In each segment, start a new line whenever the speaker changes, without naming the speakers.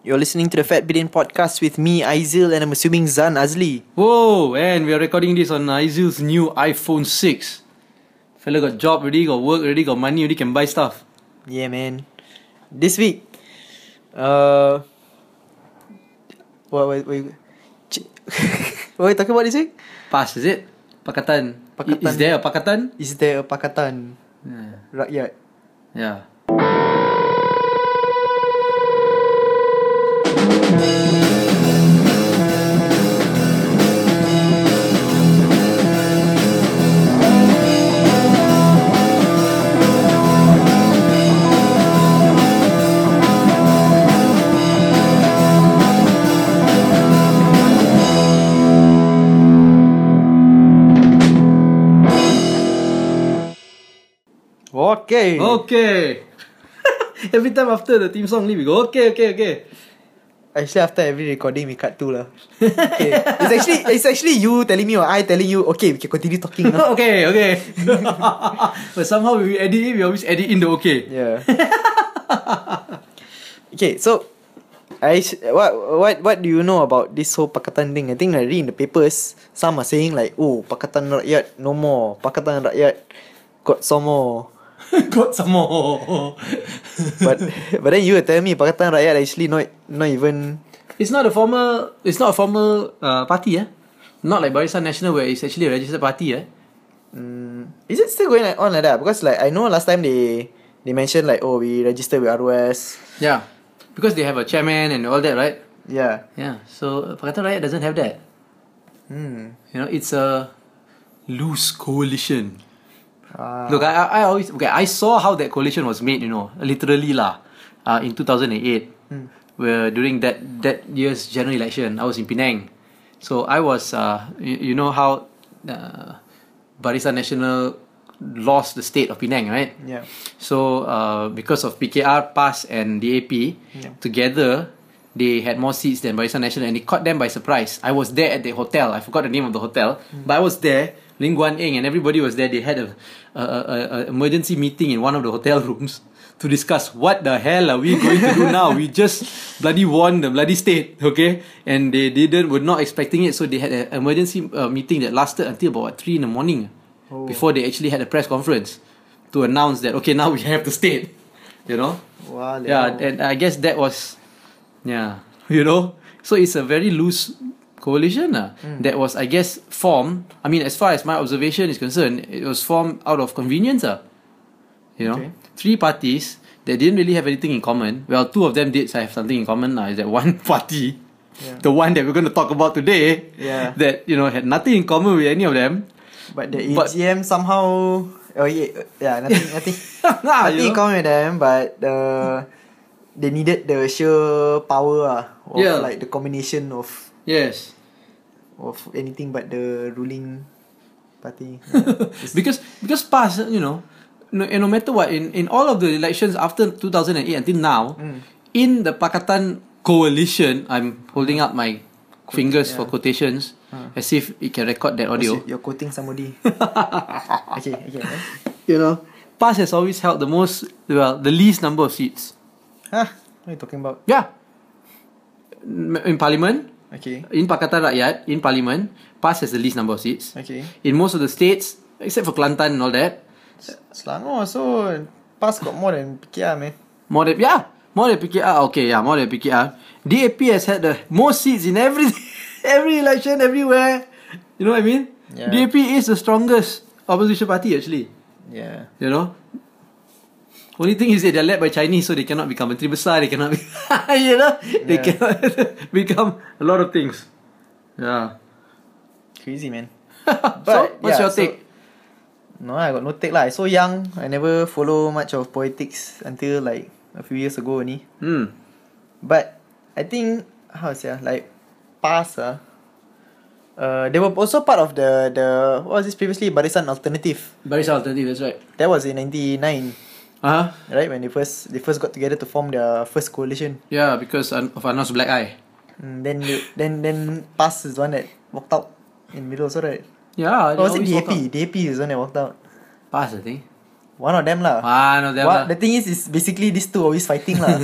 You're listening to the Fat Billion podcast with me, Aizil, and I'm assuming Zan Azli.
Whoa, and we're recording this on Aizil's new iPhone 6. Fella got job already, got work already, got money already, can buy stuff.
Yeah, man. This week, uh, what were what, what are you talking about this week?
Pass, is it? Pakatan.
Pakatan.
I- Is there a Pakatan?
Is there a pakatan
Yeah.
rakyat?
yeah.
Okay.
Okay. Every time after the theme song, leave, we go, okay, okay, okay.
Actually, after every recording, we cut two lah. Okay. it's actually it's actually you telling me or I telling you. Okay, we can continue talking now.
okay, okay. but somehow when we edit it, we always edit in the okay.
Yeah. okay, so I sh- what what what do you know about this whole Pakatan thing? I think I read in the papers some are saying like, oh, Pakatan Rakyat no more, Pakatan Rakyat got some more.
got some more.
But but then you were telling me Pakatan Rakyat actually not not even
It's not a formal. It's not a formal uh, party, eh? Not like Barisan Nasional, where it's actually a registered party, eh?
mm, is it still going like- on like that? Because like I know last time they they mentioned like oh we registered with ROS.
Yeah, because they have a chairman and all that, right?
Yeah.
Yeah. So uh, Pakatan Rakyat doesn't have that.
Hmm.
You know, it's a loose coalition.
Ah.
Look, I, I I always okay. I saw how that coalition was made. You know, literally lah, uh, in two thousand and eight, where during that that year's general election, I was in Penang, so I was uh, you, you know how uh, Barisan Nasional lost the state of Penang, right?
Yeah.
So uh, because of PKR, PAS, and DAP,
Yeah.
together they had more seats than Barisan Nasional, and it caught them by surprise. I was there at the hotel. I forgot the name of the hotel,
Mm.
but I was there. Ling Guan Eng and everybody was there. They had a, a, a, a emergency meeting in one of the hotel rooms to discuss what the hell are we going to do now. We just bloody won the bloody state, okay? And they didn't were not expecting it, so they had an emergency uh, meeting that lasted until about what, three in the morning,
Oh.
before they actually had a press conference to announce that okay now we have the state you know
Wow.
yeah and i guess that was yeah you know so it's a very loose coalition ah,
Hmm.
that was i guess formed i mean as far as my observation is concerned it was formed out of convenience ah. you know
Okay.
three parties that didn't really have anything in common well two of them did have something in common ah, is that one party
Yeah.
the one that we're going to talk about today
Yeah.
that you know had nothing in common with any of them
But the
But-
AGM somehow oh yeah yeah nothing nothing
Ah,
nothing in
you know?
common with them but uh, they needed the sheer power ah of
Yeah.
like the combination of
yes
of anything but the ruling party.
because because past you know no, and no matter what in, in all of the elections after 2008 until now in the Pakatan coalition I'm holding up my fingers for quotations as if it can record that audio
You're quoting somebody. okay, okay. eh?
you know PAS has always held the most well the least number of seats
Huh? What are you talking about?
yeah in in parliament
Okay.
in Pakatan Rakyat in parliament PAS has the least number of seats
Okay.
in most of the states except for Kelantan and all that
S- Selangor so PAS got more than eh. PKR man.
More than yeah, more than PKR. Okay, yeah, more ah. than PKR. DAP has had the most seats in every every election everywhere. You know what I mean?
Yeah.
DAP is the strongest opposition party actually.
Yeah.
You know. Only thing is that they're led by Chinese, so they cannot become Menteri Besar. They cannot, be, you know, they
Yeah.
cannot become a lot of things. Yeah.
Crazy man.
so,
But,
what's
yeah,
your
so-
take?
No, I got no take lah. I so young. I never follow much of politics until like a few years ago only.
Hmm.
But I think how to say ah, like PAS ah. Uh, they were also part of the the what was this previously Barisan Alternative.
Barisan Alternative. That's right.
That was in '99,
Uh huh.
right? When they first they first got together to form their first coalition.
Yeah, because an- of Anas Black Eye.
Mm, then they, then then PAS is the one that walked out in middle also right?
Yeah.
Or Oh, was it
always walk
DAP? DAP is the one that walked out.
out. Pass, I think. Ah,
One of them lah.
One of them.
What,
lah.
the thing is, is basically these two always fighting lah.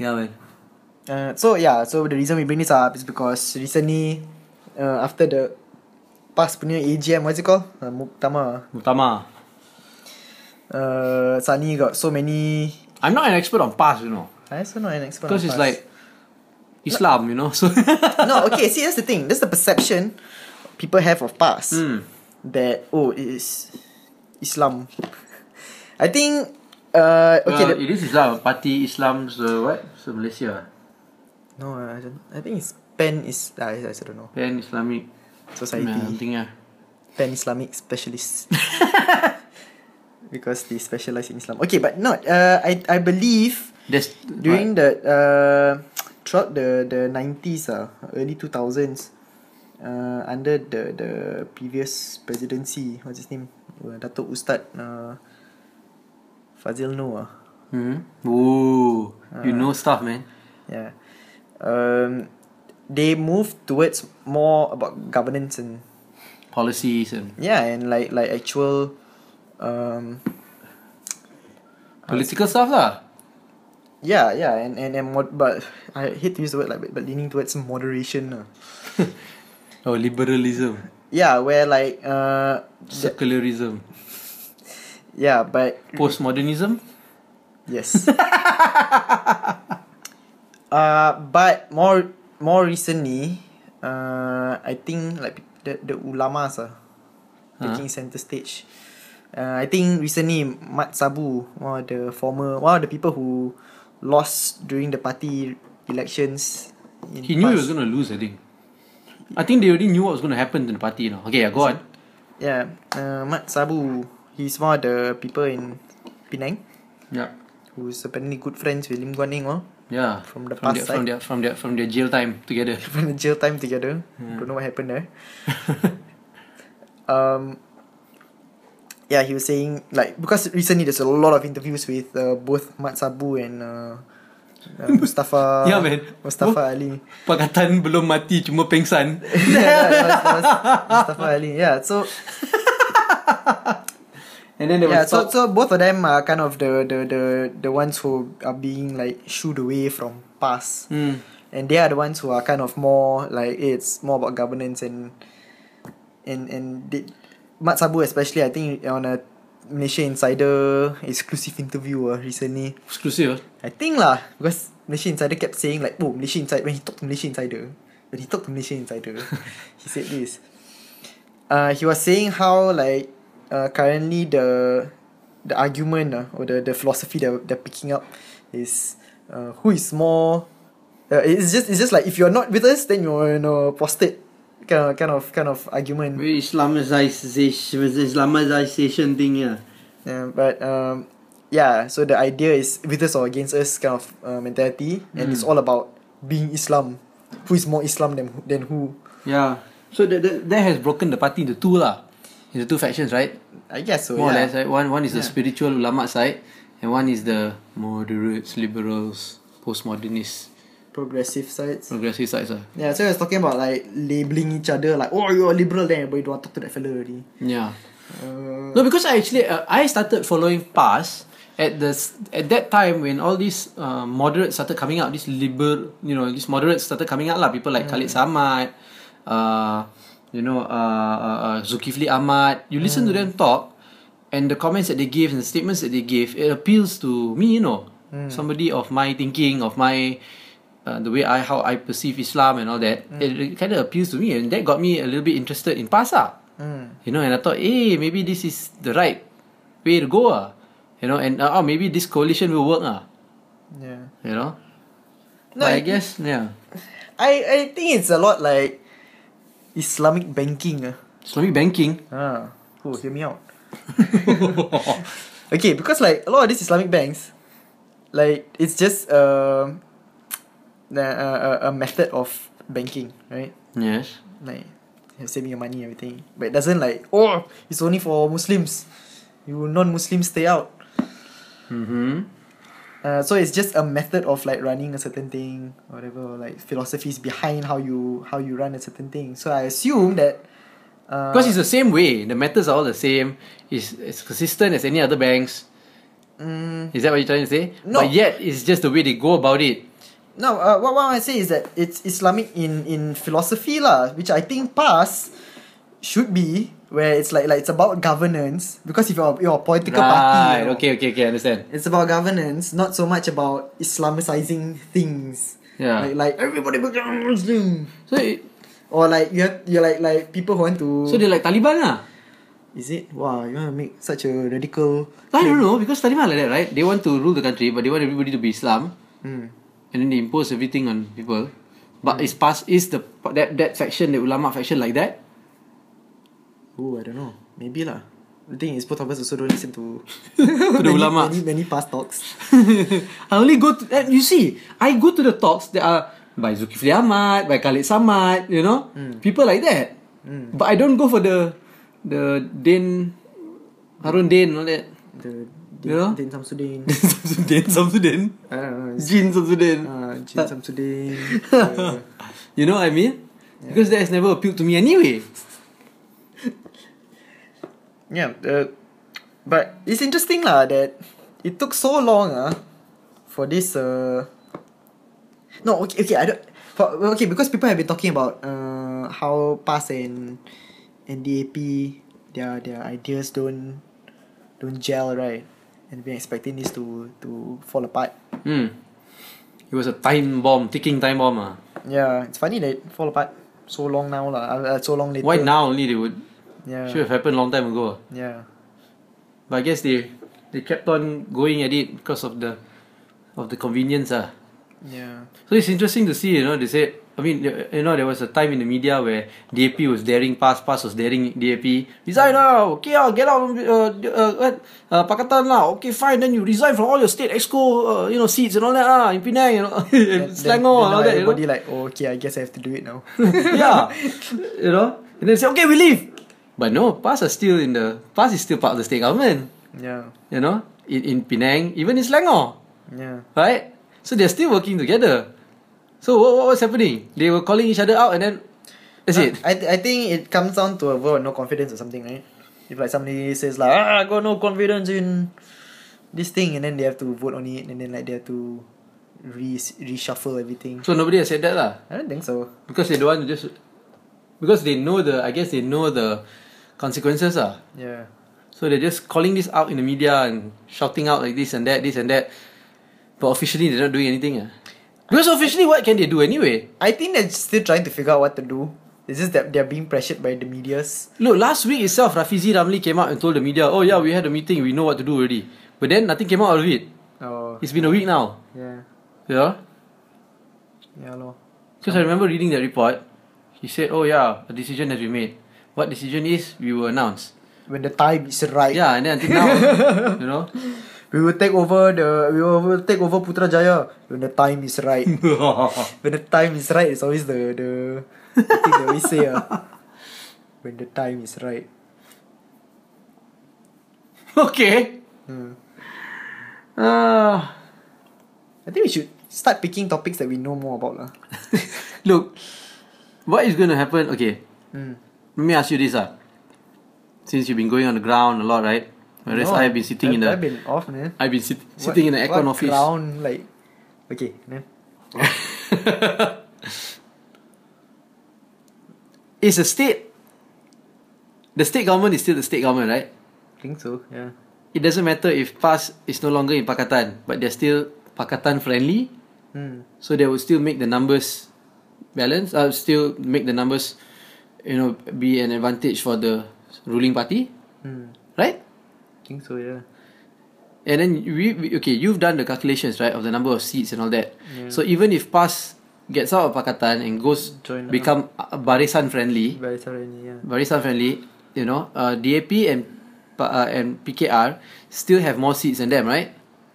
Yeah, man.
Uh, so yeah, so the reason we bring this up is because recently, uh, after the past punya AGM, what's it called? Uh, Muktamar.
Mutama.
Uh, Sunny got so many.
I'm not an expert on past, you know,
I also not an expert.
because
on
it's
past.
like Islam, you know. So
no, okay. See, that's the thing. That's the perception people have of past
Hmm.
that oh, it is Islam. I think. Uh, okay.
Well,
the-
it is Islam. Party Islam's uh, what? So Malaysia.
no, I don't. I think it's Pan is. I, I don't know.
Pan Islamic.
Society.
Yeah, something, yeah.
Pan Islamic specialists. because they specialize in Islam. Okay, but not. Uh, I I believe
There's
during the uh throughout the the nineties uh, early two thousands, uh, under the the previous presidency, what's his name, uh, Datuk Ustad uh, Fazil Noor. ah.
hmm Ooh, you know stuff, man.
Yeah. Um, they move towards more about governance and
Policies and
yeah and like like actual um Ah.
political stuff, lah.
Yeah, yeah, and and, and mod- but I hate to use the word like but, but leaning towards moderation. lah.
Oh, liberalism,
Yeah, where like uh the-
secularism,
yeah, but
postmodernism.
yes. uh but more more recently, uh I think like the the ulamas ah taking center stage. Uh, I think recently Mat Sabu, one of the former one of the people who lost during the party elections in
He knew he
past-
was gonna lose. I think. I think they already knew what was gonna happen to the party. You know. Okay, yeah, go on.
Yeah, uh, Mat Sabu, he's one of the people in Penang
Yeah.
who's apparently good friends with Lim Guan Eng all,
Yeah.
From the
from
past
their,
side.
from their from their from their jail time together.
from the jail time together. Don't know what happened there. um, yeah, he was saying like because recently there's a lot of interviews with uh, both Mat Sabu and uh, uh, Mustafa.
Yeah, man.
Mustafa Ali.
Pakatan belum mati cuma pengsan.
yeah, that was, that was Mustafa Ali. Yeah, so
And then there
yeah,
was
so
talk-
so both of them are kind of the the the the ones who are being like shooed away from past,
Hmm.
and they are the ones who are kind of more like eh, it's more about governance and and and they, Mat Sabu especially I think on a Malaysia Insider exclusive interview uh, recently
exclusive.
I think lah because Malaysia Insider kept saying like oh Malaysia Insider when he talked to Malaysia Insider when he talked to Malaysia Insider he said this. Uh, he was saying how like uh, currently the the argument uh, or the, the philosophy that they're picking up is uh, who is more uh, it's just it's just like if you're not with us then you're in a prostate kind of kind of kind of argument.
Very Islamization, Islamization thing, yeah.
Yeah, but um, yeah. So the idea is with us or against us kind of uh, mentality, and it's all about being Islam. Who is more Islam than who- than who?
Yeah. So that, that, that has broken the party into two lah, into two factions, right?
I guess so.
More or
yeah.
less, right? One one is the
Yeah.
spiritual ulama side, and one is the moderates, liberals, postmodernists,
Progressive sides.
progressive sides. ah.
Yeah, so I was talking about like labeling each other like, oh, you're a liberal, then everybody don't want to talk to that fella already.
Yeah.
Uh,
No, because I actually uh, I started following PAS at the s- at that time when all these uh, moderates started coming out, these liberal, you know, these moderates started coming out lah. People like Khalid Samad, uh, you know, uh, uh, uh, Zulkifli Ahmad. You listen to them talk, and the comments that they give and the statements that they give, it appeals to me, you know, somebody of my thinking, of my uh, the way I how I perceive Islam and all that, it, it kind of appeals to me, and that got me a little bit interested in Pasa.
mm,
You know, and I thought, hey, maybe this is the right way to go, ah. You know, and uh, oh, maybe this coalition will work, ah.
yeah.
You know.
No,
But I
it-
guess yeah,
I I think it's a lot like Islamic banking. ah.
Islamic banking.
Ah, oh, hear me out. okay, because like a lot of these Islamic banks, like it's just um, a, a, a method of banking, right?
yes.
Like you're saving your money, everything. But it doesn't like oh, it's only for Muslims. You non-Muslims stay out.
Mm-hmm.
Uh, so it's just a method of like running a certain thing, whatever, or, like philosophies behind how you how you run a certain thing. So I assume that. Uh,
Because it's the same way. The methods are all the same. It's, it's consistent as any other banks.
mm,
Is that what you're trying to say?
No.
But yet, it's just the way they go about it.
No, uh, what, what I say is that it's Islamic in in philosophy lah, which I think PAS should be where it's like like it's about governance because if you're you're a political party, you
Right.
know,
Okay. Okay. Okay. Understand.
it's about governance, not so much about Islamicizing things.
Yeah.
Like, like everybody become Muslim,
So it,
or like you have, you're like like people who want to.
so they like Taliban ah. lah.
is it? Wow, you want to make such a radical.
I don't know because Taliban are like that, right? They want to rule the country, but they want everybody to be Islam,
Mm.
and then they impose everything on people. But is past is the that that faction, the ulama faction, like that?
Oh, I don't know. Maybe lah. The thing is, both of us also don't listen to,
To
many,
the ulama.
many many past talks.
I only go to eh, you see, I go to the talks that are by Zulkifli Ahmad, by Khalid Samad, you know,
Hmm.
people like that. But I don't go for the the Din Harun Din all that.
The
You know?
Din Samsudin.
Samsudin, Samsudin,
I don't know. It's,
Jin Samsudin.
uh, ah, Jin Samsudin. uh,
you know what I mean? Because that has never appealed to me anyway.
yeah, uh, but it's interesting lah that it took so long ah for this. Uh, no, okay, okay, I don't. For, well, okay, because people have been talking about uh, how PAS and and DAP their their ideas don't don't gel right, and been expecting this to to fall apart.
Hmm. It was a time bomb, ticking time bomb. Ah.
Yeah, it's funny that it fall apart so long now lah. Uh, uh, so long later.
Why now only they would?
Yeah.
Should have happened long time ago. ah.
Yeah.
But I guess they they kept on going at it because of the of the convenience ah.
Yeah.
So it's interesting to see, you know, they said I mean the- you know there was a time in the media where DAP was daring PAS, PAS was daring DAP. Resign
Mm.
now, okay ah, get out of uh, uh, what? uh Pakatan lah, okay fine, then you resign from all your state exco uh, you know seats and all that ah in Penang, you know
Then-
and Selangor
then
and
now
all Eh, that. You know?
Everybody like, oh, okay, I guess I have to do it now.
yeah. Ya. You know? And then say, okay, we leave. But no, PAS are still in the PAS is still part of the state government.
yeah.
You know? In, in Penang, even in Selangor.
Yeah.
Right? So they're still working together. So what, what was happening? They were calling each other out and then that's
Uh,
it.
I, th- I think it comes down to a vote of no confidence or something, right? If like somebody says like, ah, I got no confidence in this thing, and then they have to vote on it, and then like they have to re- reshuffle everything.
So nobody has said that lah.
I don't think so.
Because they don't want to just because they know the I guess they know the consequences ah.
Yeah.
So they're just calling this out in the media and shouting out like this and that, this and that. But officially they're not doing anything. ah. Because officially what can they do anyway?
I think they're still trying to figure out what to do. It's just that they're being pressured by the media's.
Look, last week itself Rafizi Ramli came out and told the media, Oh yeah, we had a meeting, we know what to do already. But then nothing came out of it.
Oh.
It's been a week now.
Yeah.
Yeah?
Yeah, lor.
Because I remember reading that report. He said, Oh yeah, a decision has been made. What decision is we will announce.
When the time is right.
Yeah, and then until now you know.
We will take over the we will, we will take over Putrajaya when the time is right. when the time is right, it's always the the the thing that we say. ah. When the time is right.
okay.
Hmm.
Uh,
I think we should start picking topics that we know more about lah.
look, what is going to happen? Okay,
Mm.
let me ask you this. Uh, since you've been going on the ground a lot, right? Whereas
No,
I've been sitting in the.
I've been off man.
I've been sit, sitting in
What-
the aircon
what
office.
Ground like okay. Man.
it's a state. The state government is still the state government, right?
Think so. Yeah.
It doesn't matter if PAS is no longer in Pakatan, but they're still Pakatan friendly,
Hmm.
so they will still make the numbers balance. Uh, still make the numbers, you know, be an advantage for the ruling party,
Hmm.
right?
Think so. Yeah.
And then we, we okay, you've done the calculations, right, of the number of seats and all that.
Yeah.
So even if PAS gets out of Pakatan and goes
Join, uh,
become uh, Barisan friendly,
Very sorry. Yeah.
Barisan friendly, you know, uh, DAP and Pa- uh, and PKR still have more seats than them, right?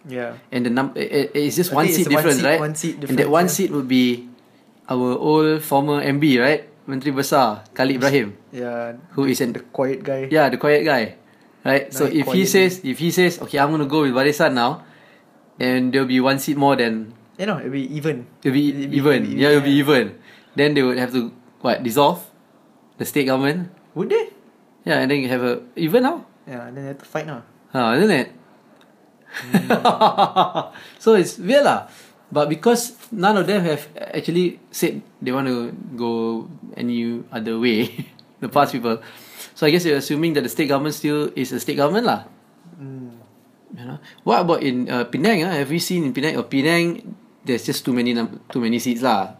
Yeah.
And the num it, it's just
I
one
think
seat
it's one
difference,
seat-
right?
one seat
And that
difference,
one
yeah.
seat would be our old former MB, right? Menteri Besar Khalid Ibrahim,
Yeah.
who is an
The quiet guy.
yeah, the quiet guy. Right? so
Like
if he
quietly.
says if he says, Okay, I'm gonna go with Barisan now and there'll be one seat more than
You know, it'll be even.
it'll be
It'll be-
even.
it'll be
yeah, it'll be
even,
even. Then they would have to what, dissolve the state government?
Would they?
Yeah, and then you have a even now?
Yeah, and then they have to fight now. Hmm.
Huh, isn't it? so it's weird lah. But because none of them have actually said they want to go any other way, the past people. So I guess you're assuming that the state government still is a state government lah.
Hmm.
You know, what about in uh, Penang? Ah, have we seen in Penang? Or Penang, there's just too many num- too many seats lah.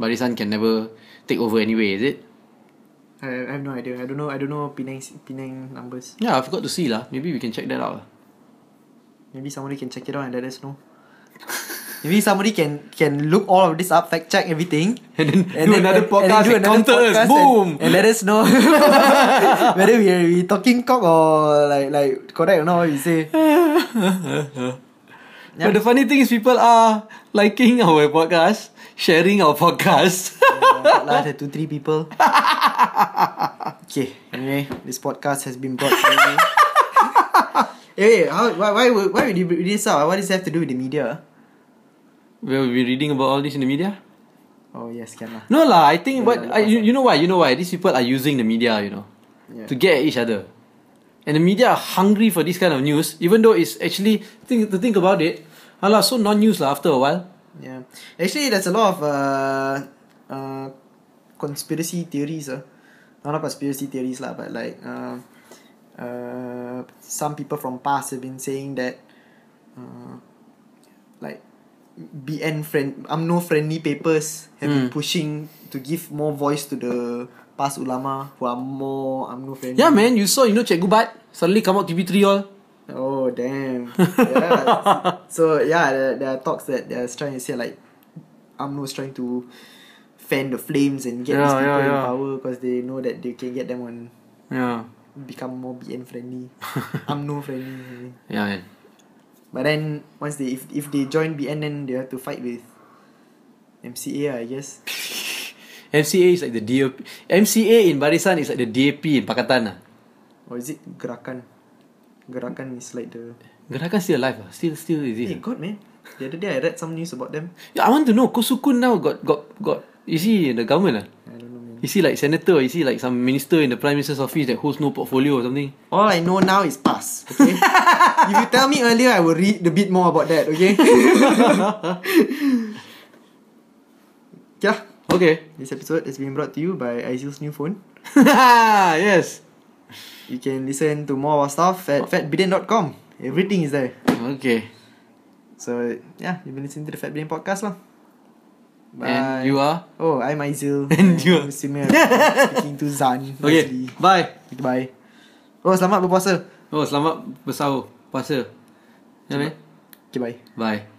Barisan can never take over anyway, is it?
I, I have no idea. I don't know. I don't know Penang Penang numbers.
Yeah, I forgot to see lah. Maybe we can check that out. lah.
Maybe somebody can check it out and let us know. Maybe somebody can can look all of this up, fact check everything,
And then do another podcast and counter
podcast
us.
and-
Boom!
and, let us know whether we are we talking cock or like like correct or not. What we say.
But the funny thing is, people are liking our podcast, sharing our podcast.
lah, the two three people. okay, anyway, this podcast has been brought to you. Hey, how, why, why, would- why would you bring this up? What does it have to do with the media?
We'll be reading about all this in the media.
Oh, yes, can lah.
No lah, I think what I, you, you know why you know why these people are using the media, you know,
Yeah.
to get at each other, and the media are hungry for this kind of news. Even though it's actually think to think about it, Allah so non-news lah after a while.
Yeah. Actually, there's a lot of uh, uh, conspiracy theories. Uh. No, not conspiracy theories, lah, but like uh, uh, some people from past have been saying that uh, like BN friend, UMNO friendly papers have been pushing to give more voice to the past ulama who are more UMNO friendly.
Yeah, man, you saw you know Cikgu Bat suddenly come out TV three all.
Oh damn! yeah. So yeah, there, there are talks that they're trying to say like, AMNO's trying to fan the flames and get these
Yeah,
people
yeah,
in
yeah.
power because they know that they can get them on
Yeah,
become more BN friendly, AMNO friendly.
yeah, man.
But then once they if if they join BN, then they have to fight with MCA, I guess.
MCA is like the DAP. MCA in Barisan is like the DAP in Pakatan. lah.
Or is it Gerakan? Gerakan is like the.
Gerakan still alive. ah. Still, still is
Hey
it?
God, man! The other day I read some news about them.
Yeah, I want to know. Kosukun now got got got. Is he in the government? ah?
I don't know, man.
Is he like senator? Is he like some minister in the prime minister's office that holds no portfolio or something?
All I know now is pass. Okay. if you tell me earlier, I will read a bit more about that. Okay. yeah.
Okay.
This episode is being brought to you by Aisil's new phone.
yes.
You can listen to more of our stuff at fatbidden.com. Everything is there.
Okay.
So yeah, you've been listening to the Fat Bidden podcast, lah. Bye.
And you are
oh, I'm Aisil.
And you are-
I'm Simir. speaking to Zan.
okay. Bye.
Goodbye. Oh, selamat berpuasa.
Oh, selamat bersahur puasa. Ya, man.
Okay, bye.
Bye.